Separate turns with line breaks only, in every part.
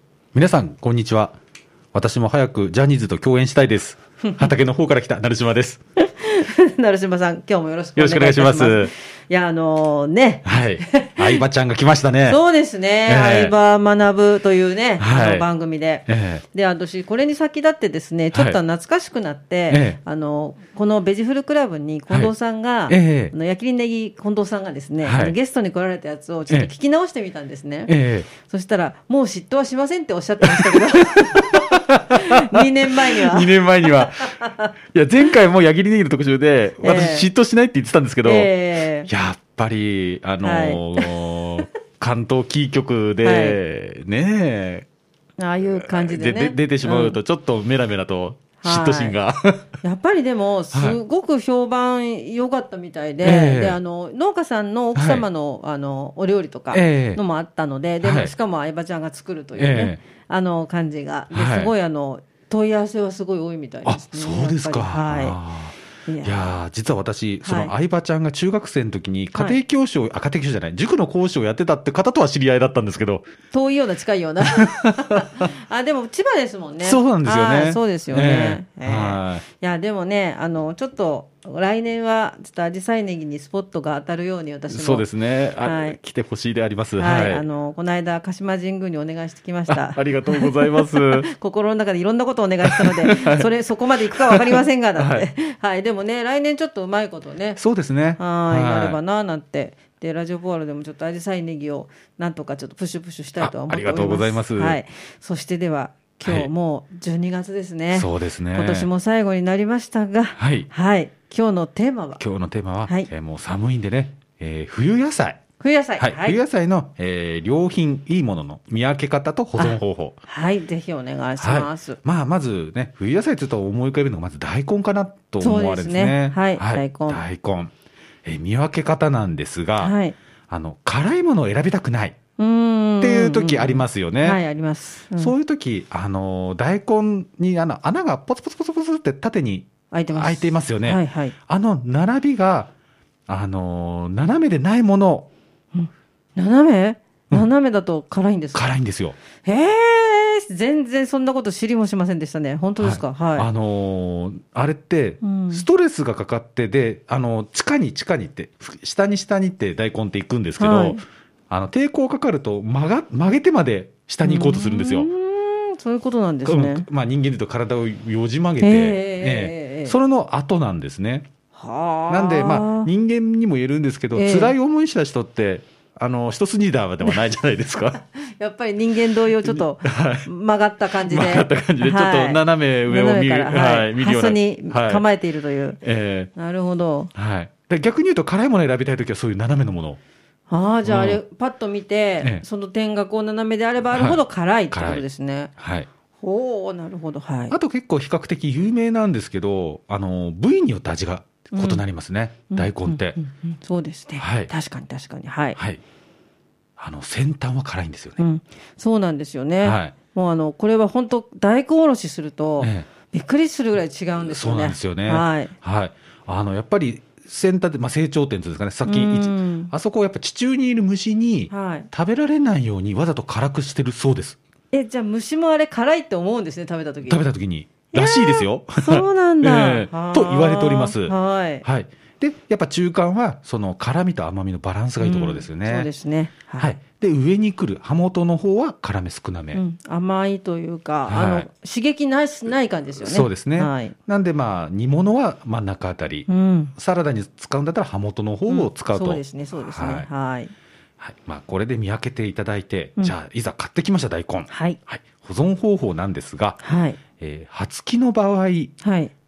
皆さん、こんにちは。私も早くジャニーズと共演した いです。畑の方から来た、成島です。
成島さん、今日もよろしく
よろしくお願いします
お願いいたしいや、あのね、
はい。 相葉ちゃんが来ましたね。
そうですね、
ええ
相葉学ぶというね、
はい
あの番組で。
ええ
で、私、これに先立ってですね、ちょっと
はい
懐かしくなって、
ええ
あの、このベジフルクラブに近藤さんが、
はいええ
あの焼きりネギ近藤さんがですね、
はい
あのゲストに来られたやつをちょっと聞き直してみたんですね。
え
そしたら、もう嫉妬はしませんっておっしゃってま したけど、2年前に
え
は。
2年前に は。いや、前回も矢切ネギの特集で、
ええ
私嫉妬しないって言ってたんですけど、
ええ
やっぱり、あの ー関東キー局で、ね
ああいう
え、
感じでね。
出てしまうんと、ちょっとメラメラと、嫉妬心が。
やっぱりでも、すごく評判良かったみたいで、
ええ
であの農家さんの奥様の,、あのお料理とか
ええ
のもあったので、で
はい
しかも相葉ちゃんが作るというね、
え
あの感じが、で
はい
すごいあの問い合わせはすごい多いみたいで
あ、
すね。
そうですか。
やっぱりはいい
や
や
ー実は私、そ
はい
の相葉ちゃんが中学生の時に家庭教師を、あ、家庭教師じゃない、塾の講師をやってたって方とは知り合いだったんですけど、
遠いような近いよう なあでも千葉ですもんね
そうなんですよね
はいそうですよね、
ええ
ええ
はい
いやでもねあのちょっと来年はちょっとアジサイネギにスポットが当たるように私も
そうですね。あ
はい
来てほしいであります。
は、
はいい。
あのこの間鹿島神宮にお願いしてきました
あ。ありがとうござ います。
心の中でいろんなことをお願いしたので、それそこまで行くかわかりませんがだって、はい、でもね来年ちょっとうまいことね、
そうですね。
はい、なればなあなんて。でラジオポアロでもちょっとアジサイネギをなんとかちょっとプシュプシュしたいとは思っております。
あありがとうございます
はい、そしてでは今日もう12月ですね。
そうですね。
今年。も最後になりましたが、はい今日のテーマは
今日のテーマは、
はい
えーもう寒いんでね、えー冬野菜。
冬野菜。
はい。冬野菜の、えー良品、いいものの見分け方と保存方法。
はい、ぜひお願いします。
はい、まあまずね冬野菜って言うと思い浮かべるのがまず大根かなと思われるんです
そ
ね
うですねはい大
大根えー見分け方なんですが、
はい
あの辛いものを選びたくないっ
うーん
ていう時ありますよね、
はい、あります。うん
そういう時あのー大根にあの穴がポツポツポツポツって縦に
開いてます。
開いていますよね、
はいはい。
あの並びがあのー斜めでないもの
斜め斜めだと辛いんですか、
辛いんですよ
へえ、全然そんなこと知りもしませんでしたね。本当ですかはい。
あのーあれって
うん、
ストレスがかかって、で、あのー地下に地下にって、ふ下に下にって大根って行くんですけど、
はい
あの、抵抗かかると曲が、曲げてまで下に行こうとするんですよ。
うーんそういうことなんですね。
うんまあ人間で言うと体をよじ曲げて、
ええええええ
それの後なんですね。
はあ。
なんで、まあ人間にも言えるんですけど、
ええ
辛い思いした人って、あの、一筋縄ではないじゃないで すか。
やっぱり人間同様、ちょっと曲がった感じで。
曲がった感じで、ちょっ
は
と
い
斜め上を見る、
斜めからはい。
見るよ
発
うな。
想に構えているという。
ええ
なるほど。
はい、で逆に言うと辛いものを選びたいときはそういう斜めのもの
ああ、じゃああれ、
う
パッと見て、
ええ
その点がこう斜めであればあるほど辛いってことですね。
はい、
ほう、なるほど。はい
あ。と結構比較的有名なんですけどあの部位によって味が異なりますね、大根って、
うんうんうんそうですね、
はい
確かに確かにはい、
はいあの先端は辛いんですよ
う
ね、
ん、そうなんですよね、
はい
もうあのこれは本当大根おろしすると、
え
びっくりするぐらい違うんです
そ
よね
うなんですよね
はい、
はいあのやっぱり先端で、まあ、成長点っていうんですかねさっき一
うん
あそこをやっぱ地中にいる虫に
はい、
食べられないようにわざと辛くしてるそうです
えじゃあ虫もあれ辛いって思うんですね食べた時
食べた時にらしいですよ、
そうなんだ、
ええ
はあ
と言われております
はい
はい。で、やっぱ中間は、その辛みと甘みのバランスがいいところですよね。
うんそうですね
はい、で、上に来る、刃元の方は辛め少なめ。
うん、甘いというか、
はい
あの刺激ないない感じですよね
そうですね。
はい
なんで、まあ、煮物は真ん中あたり。
うん、
サラダに使うんだったら刃元の方を使うと、
そうですねそうですね
はい
はい、
はいまあ、これで見分けていただいて、
うん
じゃあいざ買ってきました大根、
はい
はい、保存方法なんですが、
はい
えー、葉付きの場合
はい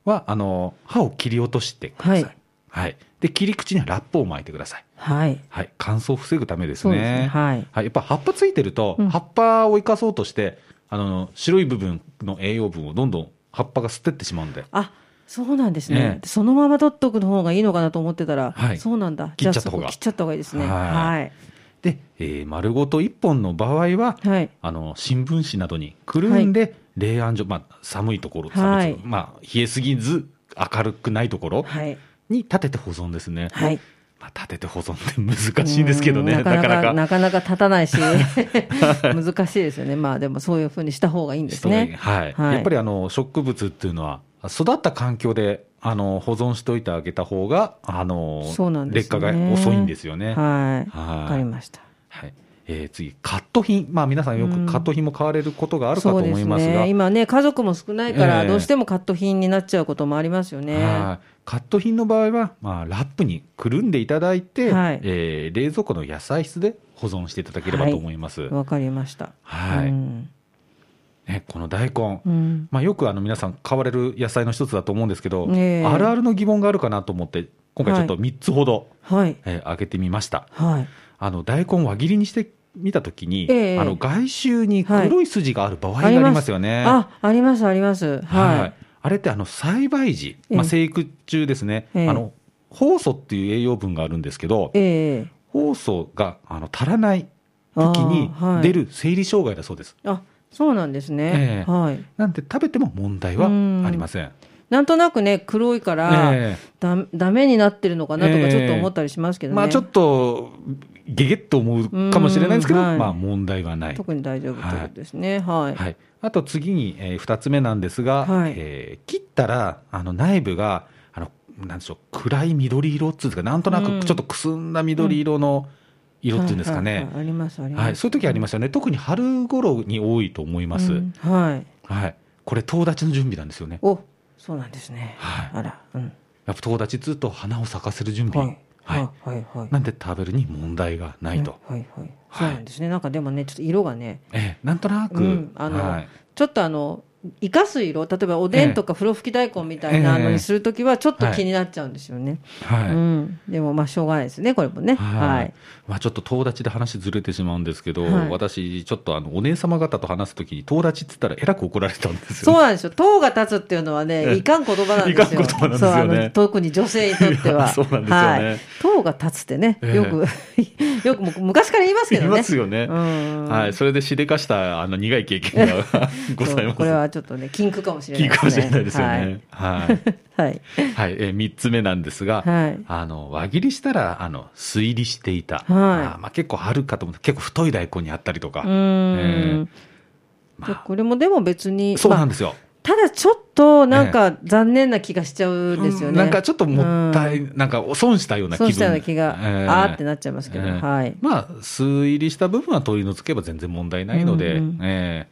はあの刃を切り落としてください、
は
はいいで切り口にはラップを巻いてください、
はい
はい、乾燥を防ぐためです
そうですね
ね
はい
はい、やっぱ葉っぱついてると、
うん
葉っぱを生かそうとして、あの白い部分の栄養分をどんどん葉っぱが吸ってってしまうんで
あそうなんですね
え、
でそのまま取っとくの方がいいのかなと思ってたら、
はい
そうなんだ、
切っちゃった
じゃあ
方
そ
が
こ切っちゃった方がいいですね。は、
はいで、えー丸ごと1本の場合は、
はい
あの新聞紙などにくるんで、冷暗所、まあ、寒いところ、寒いところまあ、冷えすぎず明るくないところ
はい、
に立てて保存ですね、
はい
まあ、立てて保存って難しいんですけど
う
ね、なんか
な
なか
かなかなか立た ないし、難しいですよね、まあでもそういうふうにした方がいいんですね。
はい
はい
やっぱりあの植物っていうのは育った環境であの保存しておいてあげた方があの、
そうなんです
劣化
よね
が遅いんですよ
はい、
ね。はい
わかりました。
はいえー次、カット品、まあ、皆さんよ
うん
くカット品も買われることがあるかと
そう
思
です
いますが、
ね、今ね、家族も少ないから、
ええ
どうしてもカット品になっちゃうこともありますよね。
はいカット品の場合は、まあ、ラップにくるんでいただいて、
はい
えー冷蔵庫の野菜室で保存していただければと思います。はい
わかりました。うん
ね、この大根、
うん
まあ、よくあの皆さん買われる野菜の一つだと思うんですけど、
ええ
あるあるの疑問があるかなと思って今回ちょっと
は
3つほど、
はい、
えー、挙げてみました
はい、
あの大根を輪切りにしてみたときに、
ええ
あの外周に黒い筋がある場合がありますよね、
あ、あります、あります。はい。
あれってあの栽培時、
ええ
まあ、生育中ですね、
ええ
あの酵素っていう栄養分があるんですけど、
ええ
酵素があの足らない時に
あーはい
出る生理障害だそうです。
あ、そうなんですね。
ええ
はい。
なんで食べても問題はありません。
なんとなくね、黒いから、
え
だだめになってるのかなと
え
か
え
ちょっと思ったりしますけ
え
どね、
まあちょっとゲゲッと思うかもしれないんですけど、
うんはい
まあ問題はない。
特に大丈夫ということですねはい、
はい、あと次に、え2つ目なんですが、
はい
えー切ったらあの内部があのなんでしょう暗い緑色っていうんですかなんとな
うん
くちょっとくすんだ緑色の色っていうんですかね、
はいはいはいありますあります
はい、そういう時ありますよね、特に春頃に多いと思います、
うんはい
はい、これ、友達の準備なんですよね、
おそうなんですね、
はい
あらうん
やっぱ友達ずっと花を咲かせる準
は
備、
いはいはいはい
なんで食べるに問題がないと、
はいはいはい
はい
そうなんですねなんかでもねちょっと色がね
ええなんとな
う
く、
んあの
はい
ちょっとあの生かす色例えばおでんとか風呂吹き大根みたいなのにするときはちょっと気になっちゃうんですよね、
はい
うん、でもまあしょうがないですねこれもね
は
はいい、
まあ、ちょっと友達で話ずれてしまうんですけど、
はい
私、ちょっとあのお姉様方と話すときに、友達って言ったら、えらく怒られたんです
そう
よ、ね。
なんですよ党が立つっていうのは
え
ね
え
いかん言葉なんですよ
いかん言葉なんです
そう
よね
あの特に女性にとっては
そうなんですよね
はい、党が立つってねよく、 よくもう昔から言いますけど
言
ね
いますよね。
うん
はい、それでしでかしたあの苦い経験 がござい
そ
ま
う
す。
これはちょっとね禁句かもしれない
聞くかもしれないですよ
は
ね。はい
い、はい
はい、えー、3つ目なんですが、
はい
あの輪切りしたらあの推理していた、
い
あーまあ、結構あるかと思って結構太い大根にあったりとか、
うーん
えー
じゃあ
ま
これもでも別に
あ、そうなん
まあ
ですよ、
ただちょっとなんか残念な気がしちゃうんですよ
う
ね、
んなんかちょっともったい、
う
なんか損したような気分
そうしたような気が、
え
あーってなっちゃいますけど、
ええ
はい
まあ推理した部分は取り除けば全然問題ないので、
うんうん
え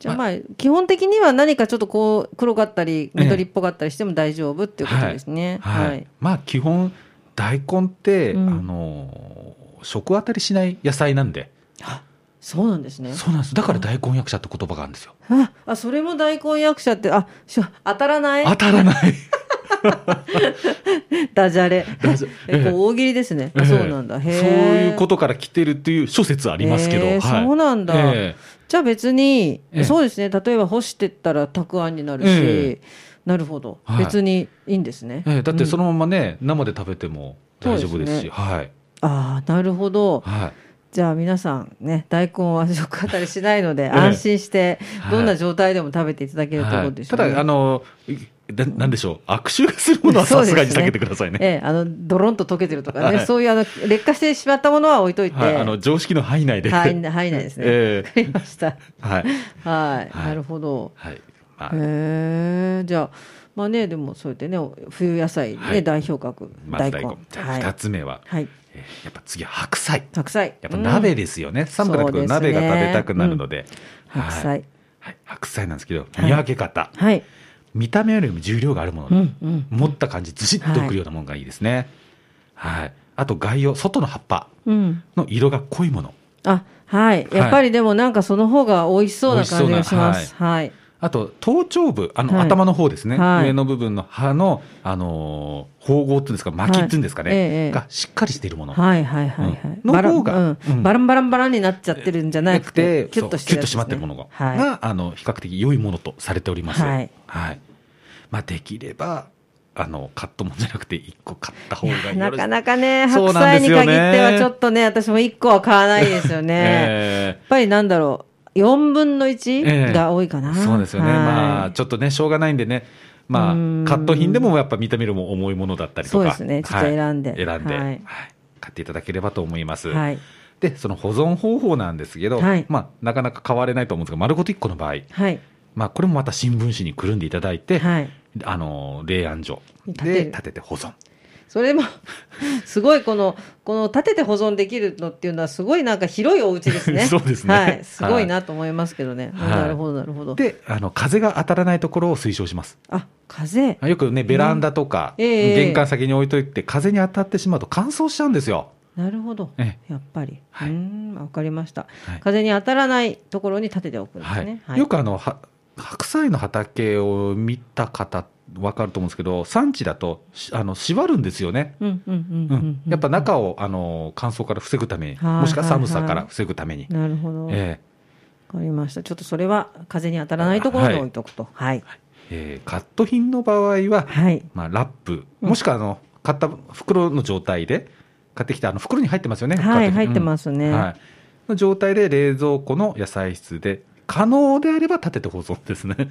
じゃあまあ基本的には何かちょっとこう黒かったり緑っぽかったりしても大丈夫っていうことです
え
ね。
はい
はい。
まあ基本大根って、
うん
あの食当たりしない野菜なんで、
そうなんですね。
そうなんですだから大根役者って言葉があるんですよ
あ、あそれも大根役者ってあ、しょ当たらない
当たらない
ダジャレ。
ダジャ
え、こ
ええ
う大喜利です ね。あそうなんだ。
え
へ
え
え。
そういうことから来てるっていう諸説ありますけど、
へえ
はい
そうなんだ
え
じゃあ別に、
ええ
そうですね。例えば干してったらたくあんになるし、
え
なるほど、
はい
別にいいんですね
え。ええだってそのままね、生で食べても大丈夫
そうで
ですし
すね
はい
ああ、なるほど。
はい
じゃあ皆さんね、大根は食当たりしないので
え
安心して、
はい
どんな状態でも食べていただけるというこ
は
と
い
です
た
よね。
だ、あの、ななんでしょう、悪臭がするものは
そう
さ
ですす
が
ね
に避けてくださいね。
ええ、あのドロンと溶けてるとかね、
はい
そういうあの劣化してしまったものは置いといて、
はい、あの常識の範囲内で。
入ん入んないですね。わ、
え
かりました。はい、
えはい、はい
なるほど。
はい、まあ
へえじゃあまあねでもそうやってね冬野菜ね、
はい
代表格
ま
大
ず
根
大根。じゃあ
はい、
二つ目は、
はい、
えーやっぱ次は白菜。
白菜
やっぱ
う
鍋
ん
ですよね。寒くなってくると
そうで
鍋
すね
が食べたくなるので。
白
はい。
菜
はい白菜なんですけど、
い
見分け方。
はい、
見た目よりも重量があるも
う
の。
んうん
持った感じ、ずしっとくるようなものがいいですね。はい。あと外葉、外の葉っぱ
うん
の色が濃いもの。
あはいやっぱりでもなんかその方が美味しそうな感じがしますはい、
あと頭頂部あの、
はい
頭の方ですね、
はい
上の部分の歯の、あのー縫合っていうんですか巻きっていうんですかね、
はいええええ
がしっかりしているもの、
はいはいはいはい。
うん
バラ
の方が
うん
うん
バランバランバランになっちゃってるんじゃなくて、キュッとして
そうキュッと締まってるものが、
はい。
があの比較的良いものとされております。
は
はいい。まあできればあのカットもんじゃなくて一個買った方がよろしい
なかなかね、
そ
白
うなん
菜
で
に
すよ
限っ
ね
てはちょっとね、私も1個は買わないですよね。
え
やっぱりなんだろう、4分の
え
1
え
が多いかな。
ーそうですよね。
はい
まあちょっとねしょうがないんでね。まあ
うーん
カット品でもやっぱ見た目よりも重いものだったりとか、
そうですねちょっと選んで
はい選んで、
はい
はい買っていただければと思います。
はい。
でその保存方法なんですけど、
はい
まあなかなか変われないと思うんですが丸ごと一個の場合、
はい。
まあこれもまた新聞紙にくるんでいただいて、
はい。
あの冷暗所
立てる
で立てて保存。
それも すごいこのこの立てて保存できるのっていうのはすごいなんか広いお家ですね。
そうですね
はい、すごいなと思いますけどね。
はい
なるほどなるほど。
であの風が当たらないところを推奨します
あ風
よくねベランダとか、
うんええ
玄関先に置いといて風に当たってしまうと乾燥しちゃうんですよ、
なるほど
え
やっぱり、
はいう
ーんわかりました、
はい
風に当たらないところに立てておくんです
はい
ね。
よくあのは白菜の畑を見た方わかると思うんですけど産地だとしあの縛るんですよね、
うんうんうんう
う
んんうん
やっぱ中をあの乾燥から防ぐために、
はい
もしくは寒さ
はい
か
はい
ら防ぐために、
なるほど、わ
え
かりましたちょっとそれは風に当たらないところに置いとくとはい
えええカット品の場合は、
はい
まあ、ラップ、
うん
もしくはあの買った袋の状態で買ってきたあの袋に入ってますよね、
は
買
い
き
入って
うん
ますね、
はい、の状態で冷蔵庫の野菜室で可能であれば立てて保存ですね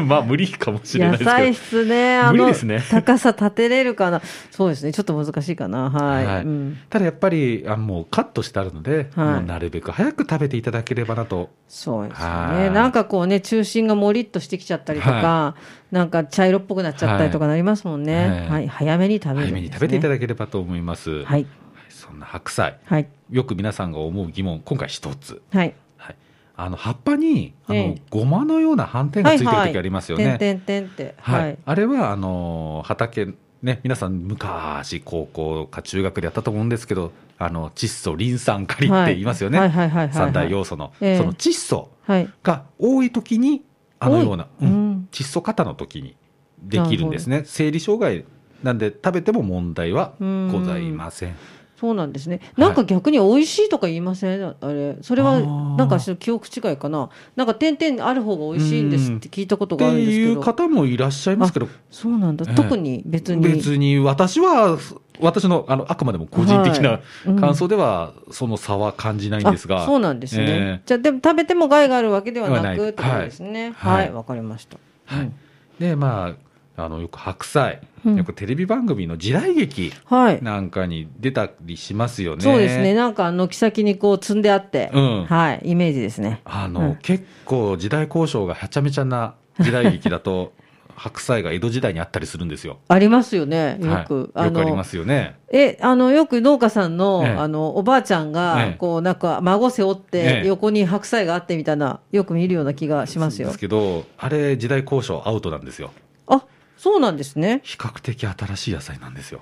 まあ無理かもしれな
野
いですけ
菜
ど
室ねあ
無
の
理ですね
高さ立てれるかなそうですねちょっと難しいかなはい、
はい
うん、
ただやっぱりあもうカットしてあるので、
はい
もうなるべく早く食べていただければなと
そうですよ
は
ね
い
なんかこうね中心がもりっとしてきちゃったりとか、なんか茶色っぽくなっちゃったりとかなりますもんね、は
はいい
早めに食べるんですね、
早めに食べていただければと思います、
はい
そんな白菜
はい
よく皆さんが思う疑問今回一つ、
はい
はい、あの葉っぱにあの、
ええ
ごまのような斑点がついてる時ありますよね、
はいはい、てんてんてんって
はい
はい
あれはあのー畑ね皆さん昔高校か中学でやったと思うんですけどあの窒素リン酸カリって言いますよね、
はいはいはいはいはい
三大要素の、
ええ
その窒素
はい
が多い時にあのような、
多い
うん
うん
窒素過多の時にできるんですね生理障害なんで食べても問題はございません
そうなんですねなんか逆に美味しいとか言いません、あれそれ
あ
は
ー
なんかちょっと記憶違いかななんか点々ある方が美味しいんですって聞いたこと
って
があるんです
い
け
う
ど
方もいらっしゃいますけど
そうなんだ、
ええ
特に別に
別に私は私のあのあくまでも個人的な感想では、その差は感じないんですが、
あそうなんですね、
ええ
じゃあでも食べても害があるわけではな
ではな
く
い
ってことですね
はい
は
はい
いわ、かりました
はい、でまああのよく白菜、
うん
よくテレビ番組の時代劇
はい、
なんかに出たりしますよね。
そうですねなんか軒先にこう積んであって、
うん
はいイメージですね
あ
う
の、
ん
結構時代交渉がはちゃめちゃな時代劇だと 白菜が江戸時代にあったりするんですよ。
ありますよねよく、
はい、よくあり
の
ますよね。
えあのよく農家さんの,、
ええ
あのおばあちゃんが、
ええ
こうなんか孫背負っ
え
て
え
横に白菜があってみたいなよく見るような気がしますよ
ですけどあれ時代交渉アウトなんですよ。
あそうなんですね
比較的新しい野菜なんですよ。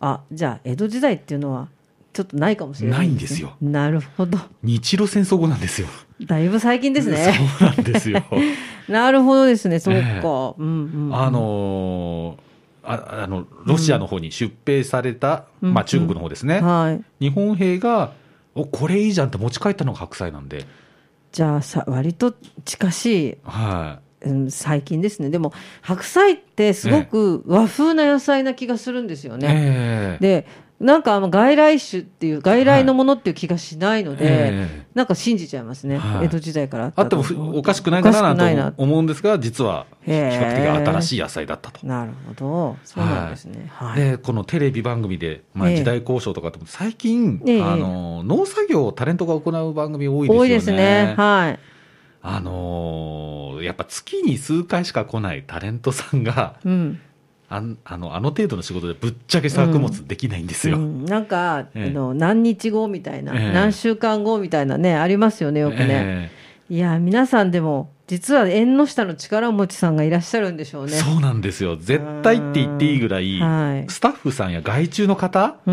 あじゃあ江戸時代っていうのはちょっとないかもしれないね
ないん
なるほど
日露戦争後なんですよ。
だいぶ最近ですね
そうなんですよ。
なるほどですね、そうか。
ええ
うんうんうん
あのーああのロシアの方に出兵された、
うん
まあ、中国の方ですね、
はい。
日本兵がおこれいいじゃんって持ち帰ったのが白菜なんで、
じゃあさ、割と近しい、
は
うん、最近ですね。でも、白菜ってすごく和風な野菜な気がするんですよ
い
ね。
ええ
で、なんかあの外来種っていう、外来のものっていう気がしないので、
ええ
なんか信じちゃいますね。
はい
江戸時代からあった
あってもふおかしくないか
おか
な
しくないな
なと思うんですが実は比
へえ
較的新しい野菜だったと。
なるほど。そうなんですね。はい。
でこのテレビ番組で、まあ、
ええ
時代交渉とかって最近、
ええ
あの農作業をタレントが行う番組多いですよね。
多いですね。はい。
あのーやっぱ月に数回しか来ないタレントさんが
うん。
あんあのあの程度の仕事でぶっちゃけ作物できないんですよ。
うんなんか、
ええ
あの何日後みたいな、
ええ
何週間後みたいなね、ありますよね、よくね。
え
いや皆さんでも実は縁の下の力持ちさんがいらっしゃるんでしょう
え
ね。
そうなんですよ絶対って言っていいぐらい、
はい。
スタッフさんや外注の方、
うー
う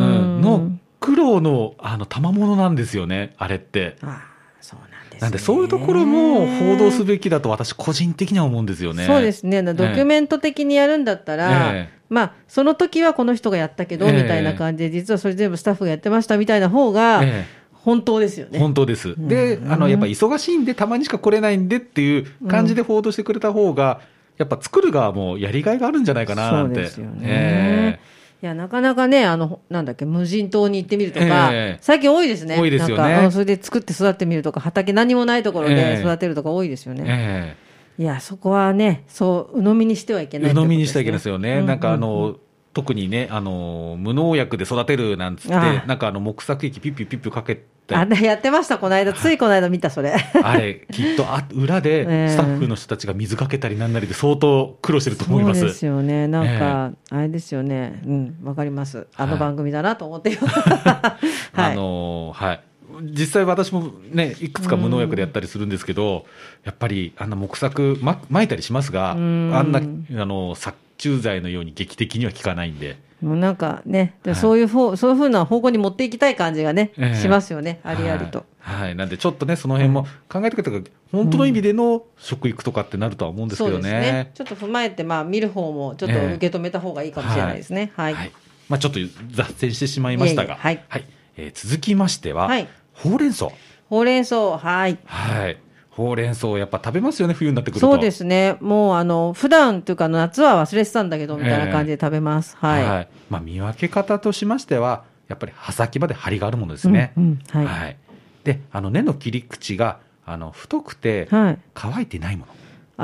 ん
ん。
の苦労のあの賜物なんですよねあれって。
あーそうなんですね
なんでそういうところも報道すべきだと私個人的には思うんですよね。
そうですね、ドキュメント的にやるんだったら、
ええ
まあ、その時はこの人がやったけど、
ええ
みたいな感じで、実はそれ全部スタッフがやってましたみたいな方が、
え
本当ですよ
え
ね。
本当です。で、あの、やっぱ忙しいんで、たまにしか来れないんでっていう感じで報道してくれた方が、やっぱ作る側もやりがいがあるんじゃないかななんて。
そうですよね。
え
いやなかなかね、あのなんだっけ、無人島に行ってみるとか、
ええ
最近多いですね、
多いですよね
なんかうんそれで作って育ってみるとか、畑何もないところ
え
で
え
育てるとか多いですよ
え
ね。
ええ
いや、そこはね、そう、鵜呑みにしてはいけない
鵜
ってことで
呑
すね、
みにしてはいけないですよね、
うう
なんかあの特にねあの、無農薬で育てるなんつって、
ああ
なんかあの木作液、ピッピュピッピュかけ
あ
たり、
れやってました、この間、ついこの間見た、それ。
あれ、きっとあ裏で
ええ
スタッフの人たちが水かけたりなんなりで、相当苦労してると思いま
そうで
す。
すよね、なんか、あれですよね、うん、わかります、あの番組だなと思って よは
あ
い、
のはい実際私もね、いくつか無農薬でやったりするんですけど、やっぱりあんな木作ま、撒いたりしますが、
うん
あんなあの殺虫剤のように劇的には効かないんで、
もうなんかね、で
はい
そういう方、そういうふうな方向に持っていきたい感じがね、
ええ
しますよね、ありありと。
はい。はいなんでちょっとね、その辺も考えてくれたら、本当の意味での食育とかってなるとは思うんです
そ
け
う
ど
です
ね
ね。。ちょっと踏まえて、まあ、見る方もちょっと
ええ
受け止めた方がいいかもしれないですね。はい。
はいまあちょっと雑線してしまいましたが、
いえいえはい
えー続きましては、
はい
ほうれん草。
ほうれん草、はい。
はい。ほうれん草をやっぱ食べますよね、冬になってくると。
そうですね。もう、あの、普段というか、あの夏は忘れてたんだけど、みたいな感じで食べます。
は。
はいい。
まあ見分け方としましては、やっぱり葉先まで張りがあるものですね。
うんうんはい
で、あの根の切り口が、あの、太くて、
はい。
乾いてないもの。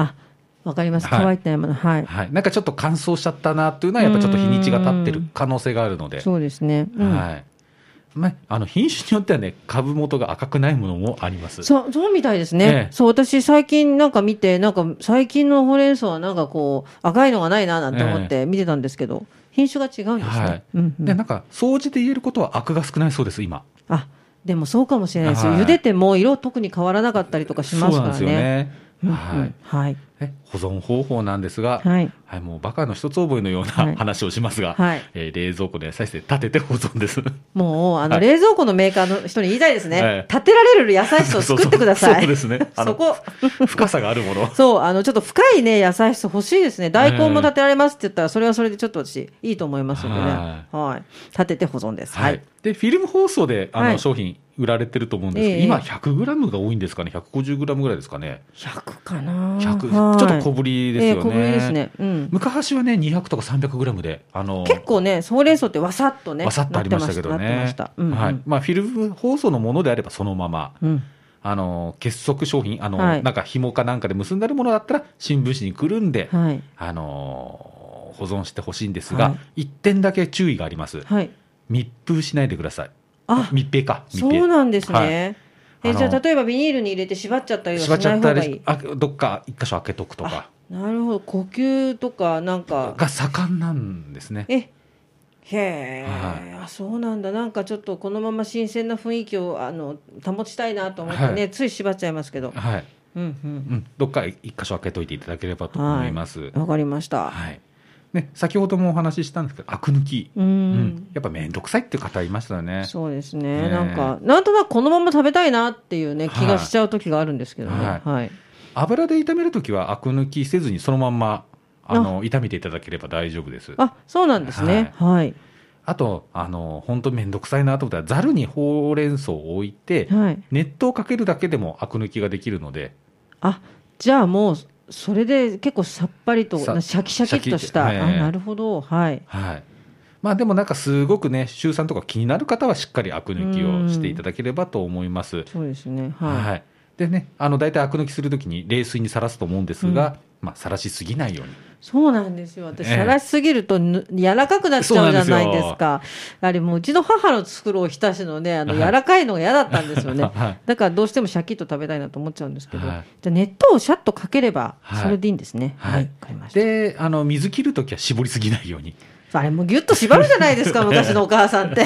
あ、わかります。
はい
乾いてないもの。はい。
はい、なんかちょっと乾燥しちゃったなというのは、やっぱちょっと日にちが経ってる可能性があるので、
そうですね。うん。
はいまあ、あの品種によってはね、株元が赤くないものもあります。
そう、そうみたいですね。
ええ
そう、私最近なんか見て、なんか最近のほうれん草はなんかこう、赤いのがないななんて思って見てたんですけど、品種が違うんですね。
はい
うんうん
でなんか、掃除で言えることは、アクが少ないそうです、今。
あでもそうかもしれないですよ、
はい
茹でても色特に変わらなかったりとかします
そう
か
なん
ら
ですよ
ね。
ね。
うんうん
はい、
はい、
え保存方法なんですが、は
はいい
もうバカの一つ覚えのよう
は
ない話をしますが、
はい
えー冷蔵庫の野菜室で立てて保存です。
もうあ
は
の
い
冷蔵庫のメーカーの人に言いたいですね、
ええ
立てられる野 菜室を作ってください。
そうそうそうですね。あの
そこ
深さがあ るもの。
そうあのちょっと深いね野菜室欲しいですね大根も立てられますって言ったらそれはそれでちょっと私いいと思いますのでね
は
はい立てて保存です
は
はいい、、
でフィルム包装であの、
はい
商品売られてると思うんですけど、
ええ
今100グラムが多いんですかね150グラムぐらいですかね
100かな
100、
はい
ちょっと小ぶりですよね,、
ええ小ぶりですね、うん、
昔はね200とか300グラムであの
結構ねほうれん草ってわさっとね
わさっとありましたけど
なってま
ね
したなってましたうんうん
はいまあ、フィルム包装のものであればそのまま
うん
あの結束商品あの、
はい
なんか紐かなんかで結んであるものだったら新聞紙にくるんで、
はい
あの保存してほしいんですが、
は
一点だけ注意があります
はい
密封しないでください
あ
密閉か密
そう
閉
なんですね。
はいあ
え
の
じゃあ例えばビニールに入れて縛っちゃったりはし
縛
な
っちゃ
い
っ
方
た
がい
り
い。
あどっか一箇所開けとくとか
なるほど呼吸とかなんか
が盛んなんですね。
えへえ、
は
あそうなんだなんかちょっとこのまま新鮮な雰囲気をあの保ちたいなと思ってね、
は
つい縛っちゃいますけど。
はい、
うんうん
うん、どっか一箇所開けといていただければと思います。はい、
わかりました。
ね、先ほどもお話ししたんですけど、アク抜き。
う。
うんやっぱ面倒くさいっていう方いましたよね。
そうです
ね
ね。なんかなんとなくこのまま食べたいなっていうね気がしちゃう時があるんですけどね。
はい
はい。
油で炒めるときはアク抜きせずにそのまんま。あの炒めていただければ大丈夫です。あ
あそうなんですね。はい
と、あの本当面倒くさいなと思ったら、ざるにほうれん草を置いて、
はい。
熱湯をかけるだけでもアク抜きができるので。
あじゃあもうそれで結構さっぱりとシ
さ
ャキシャキっとした、
シャキッとええ
あなるほどはい
はい。まあでもなんかすごくね、週3とか気になる方はしっかりアク抜きをしていただければと思います。
そうですねはい、
はい。でね、あの大体アク抜きするときに冷水にさらすと思うんですが、まあさらしすぎないように。
そうなんですよ私
ええ
さらしすぎるとぬ柔らかくなっちゃうじゃないです かあれもううちの母の作るおひたしのねあの
はい
柔らかいのが嫌だったんですよね
はい
だからどうしてもシャキッと食べたいなと思っちゃうんですけど、
はい
じゃあ熱湯をシャッとかければ
はい
それでいいんですね
は
はいいわ、かりました
で、あの水切るときは絞りすぎないように。
あれもうギュッと縛るじゃない ですか昔のお母さんって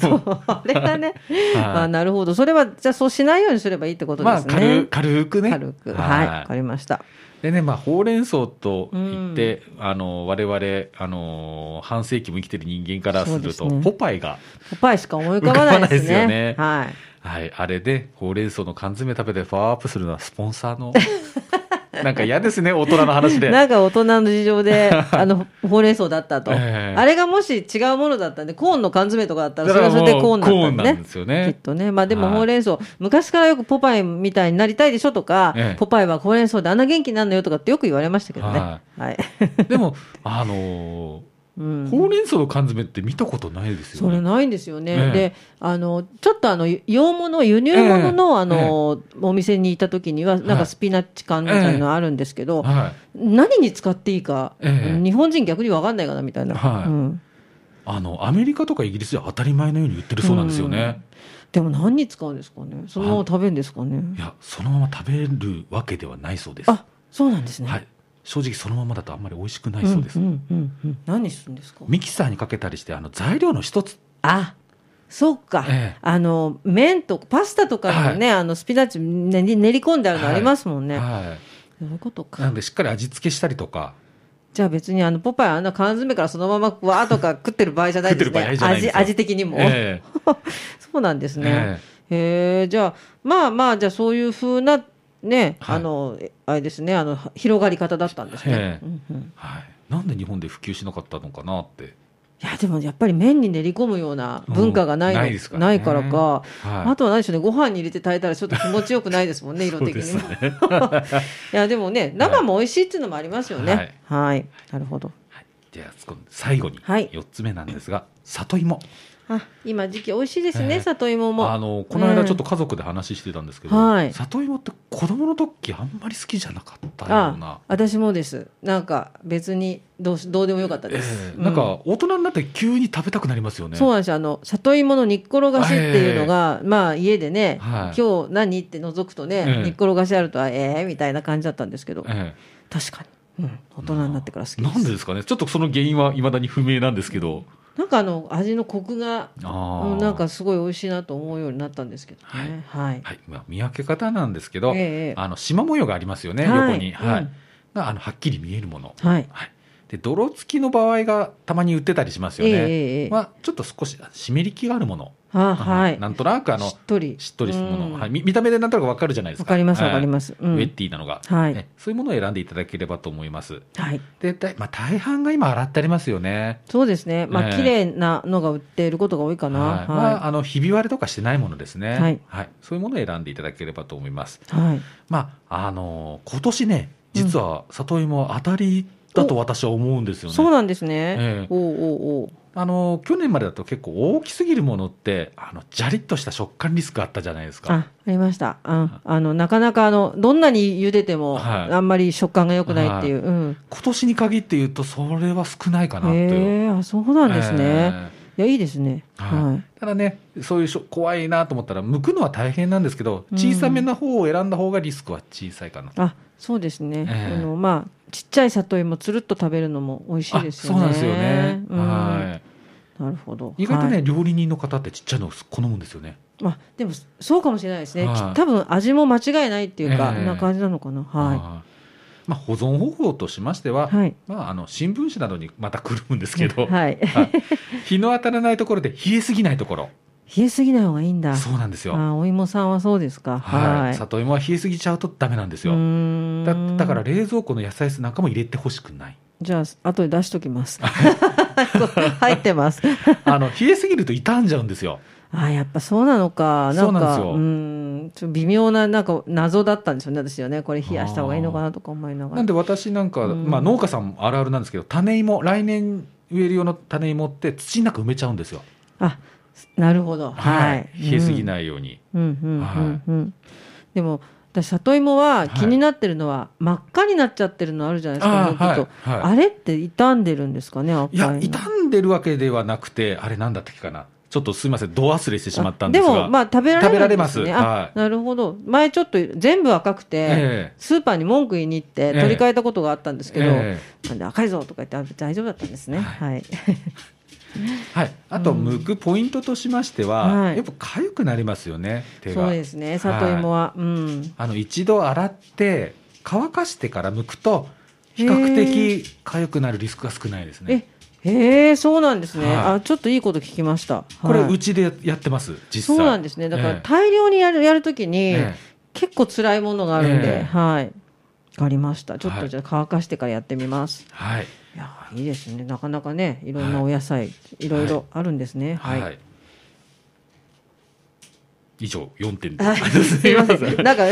それがね、まあ、なるほどそれはじゃあそうしないようにすればいいってこと
ま
で
あ
すね
軽、軽くね
軽くはい
は
わ
い
かりました
でね、まあ、ほうれん草と言って、あの我々あの半世紀も生きてる人間からする
そ
と
うですね
ポパイが、
ポパイしか思い浮かばないですね
浮か
はい
はい、あれでほうれん草の缶詰食べてパワーアップするのはスポン サーのなんか嫌ですね大人の話で。
なんか大人の事情 であのほうれん草だったと、
ええ
あれがもし違うものだったんでコーンの缶詰とかだったら
だ
それ
から
はそれでコーンだ
もう
ったんで
コーンなん
ね
ですよ
きっ
ね。
とねまあでも
はい
ほうれん草、昔からよくポパイみたいになりたいでしょとか、
ええ
ポパイはほうれん草であんな元気になるのよとかってよく言われましたけどねは、
はいでもあの
う
ー
ん、
ほうれん草の缶詰って見たことないです
そ
よ
れ
ね。
ないんですよね、
ええ
であのちょっとあの洋物輸入物の,、
ええ
あのお店にいた時にはなん
は
か
い
スピナッチ缶みたいのあるんですけど、
はい。
何に使っていいか、
ええ
日本人逆に分かんないかなみたいな、
はい
うん
あのアメリカとかイギリスでは当たり前のように売ってるそうなんですよね。
でも何に使うんですかねそのまま食べるんですかね
いやそのまま食べるわけではないそうです。
あそうなんですね、
はい、正直そのままだとあんまり美味しくないそうです、
んんうんうん何するんですか
ミキサーにかけたりしてあの材料の一つ
あそうか、
ええ
あの麺とかパスタとかにね、あのスピナッチ練り練り込んであるのありますもんね、
は
そういうこと
い、な
か
んでしっかり味付けしたりとか
じゃあ別にあのポパイあんな缶詰からそのままわーとか食ってる場合じゃないです
食って
ね
る場合じゃないんです
味
よ
味的にも、
え
そうなんです
え
ね、
え
へえじゃあまあまあじゃあそういうふうなね、
はい
あのえあれですねあのは広がり方だったんですね
え、え
うんうん、
えはい、なんで日本で普及しなかったのかなって、
いやでもやっぱり麺に練り込むような文化がない,、
うんないですからね
ないからか、
はい、
あとは何でしょうねご飯に入れて炊いたらちょっと気持ちよくないですもんね色
そう
的
で
に
す
も、
ね
いやでもね生も美味しいっていうのもありますよねはい、なるほど
では今度最後に
はい
4つ目なんですが、里芋
あ今時期美味しいですね、
ええ
里芋も
あのこの間ちょっと家族で話してたんですけど、
はい
里芋って子供の時あんまり好きじゃなかったよう
あ
な。
私もですなんか別にどうしどうでもよかった
え
です、
えなんか大人になって急に食べたくなりますよね。
そうなんですよあの里芋の煮っころがしっていうのが、まあ家でね、
はい
今日何って覗くとね、
ええ
煮っころがしあるとあええみたいな感じだったんですけど、
ええ
確かに、うん、大人になってから好きです
なんでですかねちょっとその原因はいまだに不明なんですけど
なんかあの味のコクが
あー
うんなんかすごい美味しいなと思うようになったんですけどねはい、
はいまあ、見分け方なんですけど、
ええええ
あの縞模様がありますよね、
はい
横に、はい
うん
があのはっきり見えるもの、
はい
はい、で泥付きの場合がたまに売ってたりしますよ
えええ
ね、
えええ
まあ、ちょっと少し湿り気があるもの、
あ
あの
はい
なんとなくあの
しっとり
しっとりしたもの、
うん
はい、み見た目でなんとなくわかるじゃないです
わ
か
かりますわかり
す、
ます、う
はい
ん
ウェッティなのが、
はい
ねそういうものを選んでいただければと思います
はい
で大,、まあ、大半が今洗ってありますよね
そうですねまあ
ええ
綺麗なのが売っていることが多いかな
はいまあ、あのひび割れとかしてないものですね、
は
はいいそういうものを選んでいただければと思います、
はい、はい
まああの今年ね実は里芋当たりだと私は思うんですよね、
そうなんですね、
ええ
おうおうおう
あの去年までだと結構大きすぎるものってあのジャリッとした食感リスクあったじゃないですか
あありました、うん、あのなかなかあのどんなに茹でても、
はい
あんまり食感が良くないっていう、うん、
今年に限って言うとそれは少ないかなという、
へえあそうなんですね、
え
いやいいですね
え
はい、
はい、ただねそういうしょ怖いなと思ったら剥くのは大変なんですけど小さめな方を選んだ方がリスクは小さいかな
あそうですね、
ええ
あのまあちっちゃい里芋つるっと食べるのも美味しいですよね
あそうなんですよね、
うん
はい
なるほど
意外とね、
はい
料理人の方ってちっちゃいの好むんですよね。
まあ、でもそうかもしれないですね、
はい
き多分味も間違いないっていうか、
ええ
な感じなのかなは
まあ、保存方法としまして
い
は、
はい
まあ、あの新聞紙などにまたくるむんですけど、
はい
はい日の当たらないところで冷えすぎないところ
冷えすぎない方がいいんだ
そうなんですよ、
あお芋さんはそうですか
はい
はい
里芋は冷えすぎちゃうとダメなんです
う
よ
ーん
だだから冷蔵庫の野菜室なんかも入れてほしくない
じゃあ後で出しときます。 入ってます。
あの冷えすぎると傷んじゃうんですよ
あやっぱそうなのか。な
そうんなんで
か
す
う
よ
んちょっと微妙ななんか謎だったんですよね私はねこれ冷やした方がいいのかなとか思いなが
な
ら
ん。で私なんか、
うん
まあ、農家さんもあるあるなんですけど種芋来年植える用の種芋って土の中埋めちゃうんですよ、
あなるほど。はい。
冷えすぎ
い。
ないように、
うんうん
はい
うんうん。でも私里芋は気になってるのは、真っ赤になっちゃってるのあるじゃないですか。
あー
もうちょっと
はいはい
あれって傷んでるんですかね赤
いや
の
傷んでるわけではなくてあれなんだったっけかなちちょっとすみません、ど忘れしてしまったん
で
ですが。
も、まあ、食べられ
食べら
る
れ
んで
ますす
ね。あ
は、い
なるほど。前ちょっと全部赤くて、
え
スーパーに文句言いに行って
え
取り替えたことがあったんです
え
けど、
え
なんで赤いぞとか言ってあ大丈夫だったんですね。はい。
えはい、あと、むくポイントとしましては、
はい
やっぱ痒くなりますよね、手
そ
が
う。ですね。里芋は、うん。
あの一度洗って、乾かしてからむくと、比較的痒くなるリスクが少ないですね。
え、へえ、そうなんですね。
はい
あ、ちょっといいこと聞きました。
これ、
はいう
ちでやってます、実
そう
際。
なんですね。だか
え
ら
え
大量にやるやるときに、
ええ
結構辛いものがあるんで、
ええ
はい。わかりました。ちょっ
は
と
い
じゃあ乾かしてからやってみます。
はい。
いやーいいですね。なかなかね、いろんなお野菜、い、ろいろあるんですね。はい。
はい。以上、4 点
あ
す
す
い
い
ま
ま
せ
せ
ん。
ん、なんか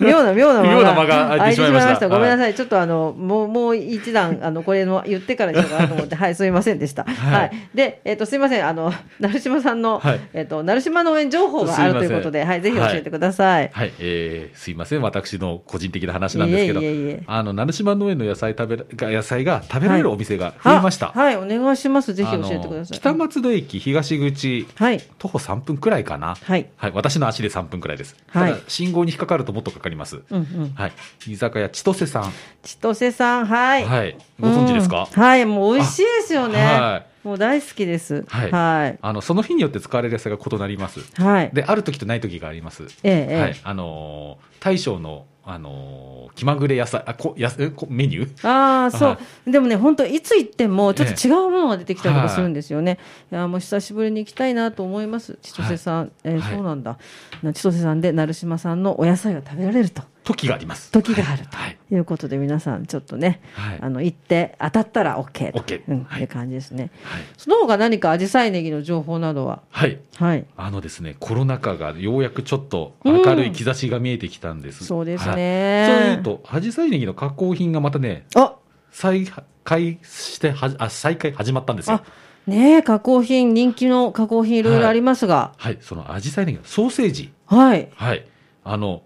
妙な妙な
妙な間が空いてしまいました
空てごめんなさい、ちょっとあのもうもう一段あのこれの言ってからにしようかなと思って、はい、すみませんでした。はい、
はい
で、えっ、とすみません、あの成島さんの、
はい
えっ、と成島農園情報があるということ
す
で、
いま
は
せん
い、ぜひ教えてください。
はい、えーすいません、私の個人的な話なんですけど、
いえいえいえ
あの、成島農園の野菜食べら、が野菜が食べられるお店が増えました。
あはい、お願いします。ぜひ
あ
教
の
えてください。
北松戸駅東口、
はい、
徒歩3分くらいかな。
はい、
はい、私の足で3分くらいです。
はい
ただ、信号に引っかかるともっとかかります。
うんうん。
はい、居酒屋千歳さん。
千歳さん、はい。
はい、ご存知ですか、
うんはい、もう美味しいですよね。
あは
もう大好きです。
はい
はい。
あの、その日によって使われる野菜が異なります。
はい。
で、ある時とない時があります。
ええええ
はい、あのー大将の、あのー気まぐれ野菜、あ、こ、やす、えこメニュー。
ああそう、
は
でもね本当いつ行ってもちょっと違うものが出てきたりとか
ええ
するんですよね、い、やもう久しぶりに行きたいなと思います千歳さん、えー
はい
そうなんだな千歳さんで成島さんのお野菜が食べられると
時があります。
時があると
はい。
いうことで皆さんちょっとね、
はい。
あの行って当たったら OK と、
OK
うん
はい
いう感じですね
はい。
その他何かアジサイネギの情報などは
はい。
はい
あのですね、コロナ禍がようやくちょっと明るい兆しが見えてきたんです。
そうです
はい
ね、
そういうと、アジサイネギの加工品がまたね、
あ
再開してはじ、あ、再開始まったんですよ
あ。ねえ加工品人気の加工品いろいろありますが
はい。そのアジサイネギのソーセージ。
はい
はい。あの、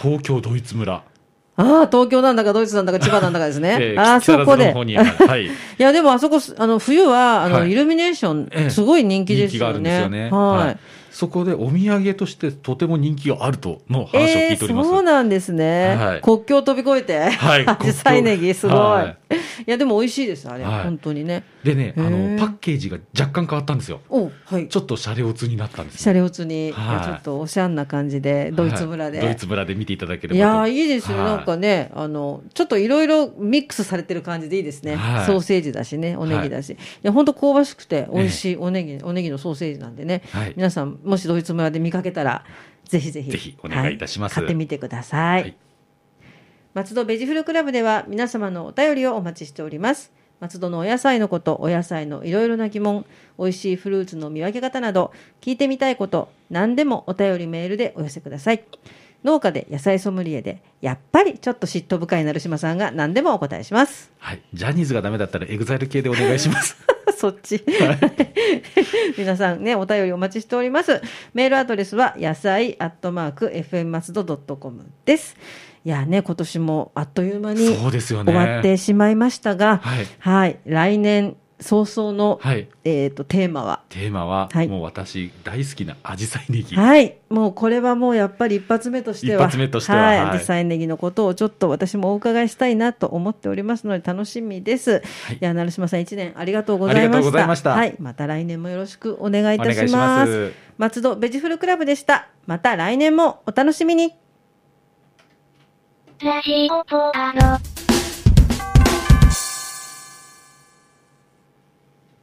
東京ドイツ村。
ああ、東京なんだかドイツなんだか千葉なんだかですね。
えー
ああ
木更
そ
津
こ
の
で。
方に
い
あるはい。
や、でもあそこす、あの、冬は、あの、
はい
イルミネーショ
え
ン、
え
すごい 人気です
があ
よ
るんです
ね。
よね。
はい。
そこでお土産としてとても人気があるとの話を
え
聞
え
いております。
そうなんですね。
はい
国境を飛び越えて、
はい
アジサイネギ、すごい,、。
はい
や、でも美味しいです、あれ、
はい
本当にね。
でね、あ
へー
のパッケージが若干変わったんですよ。
おはい。
ちょっとシャレオツになったんです
シ
よ。
ャレオツに、
はい
いやちょっとおしゃんな感じで、ドイツ村で。
はいドイツ村で見ていただければと。
いやーいいですよ、
はい
なんかね、あのちょっといろいろミックスされてる感じでいいですね、
はい
ソーセージだしね、おネギだし、い、や本当香ばしくて、美味しいおネギ、おネギのソーセージなんでね、
はい
皆さん、もしドイツ村で見かけたら、ぜひぜひ、
ぜひお願いいたします
は買ってみてください。
はい
松戸ベジフルクラブでは皆様のお便りをお待ちしております。松戸のお野菜のこと、お野菜のいろいろな疑問、美味しいフルーツの見分け方など、聞いてみたいこと、何でもお便りメールでお寄せください。農家で野菜ソムリエで、やっぱりちょっと嫉妬深い成島さんが何でもお答えします。
はい。ジャニーズがダメだったらエグザイル系でお願いします。
そっち。皆さんね、お便りお待ちしております。メールアドレスは、野菜アットマーク、FM 松戸ドットコムです。いやね、今年もあっという間に
そうですよね。
終わってしまいましたが、
はい。
はい、来年早々の、
はい。
えっ、と、テーマは、
テーマは、
はい
もう私大好きなアジサイネギ。
はい、もうこれはもうやっぱり一発目としては、
一発目としては
はい、
はい
アジサイネギのことをちょっと私もお伺いしたいなと思っておりますので楽しみです。い、や、成島さん一年ありがとうございました。
ありがとうございました
はい、また来年もよろしくお願いいたし
お願いし
ま。
ますす
松戸ベジフルクラブでした。また来年もお楽しみに。
ラジオポアド。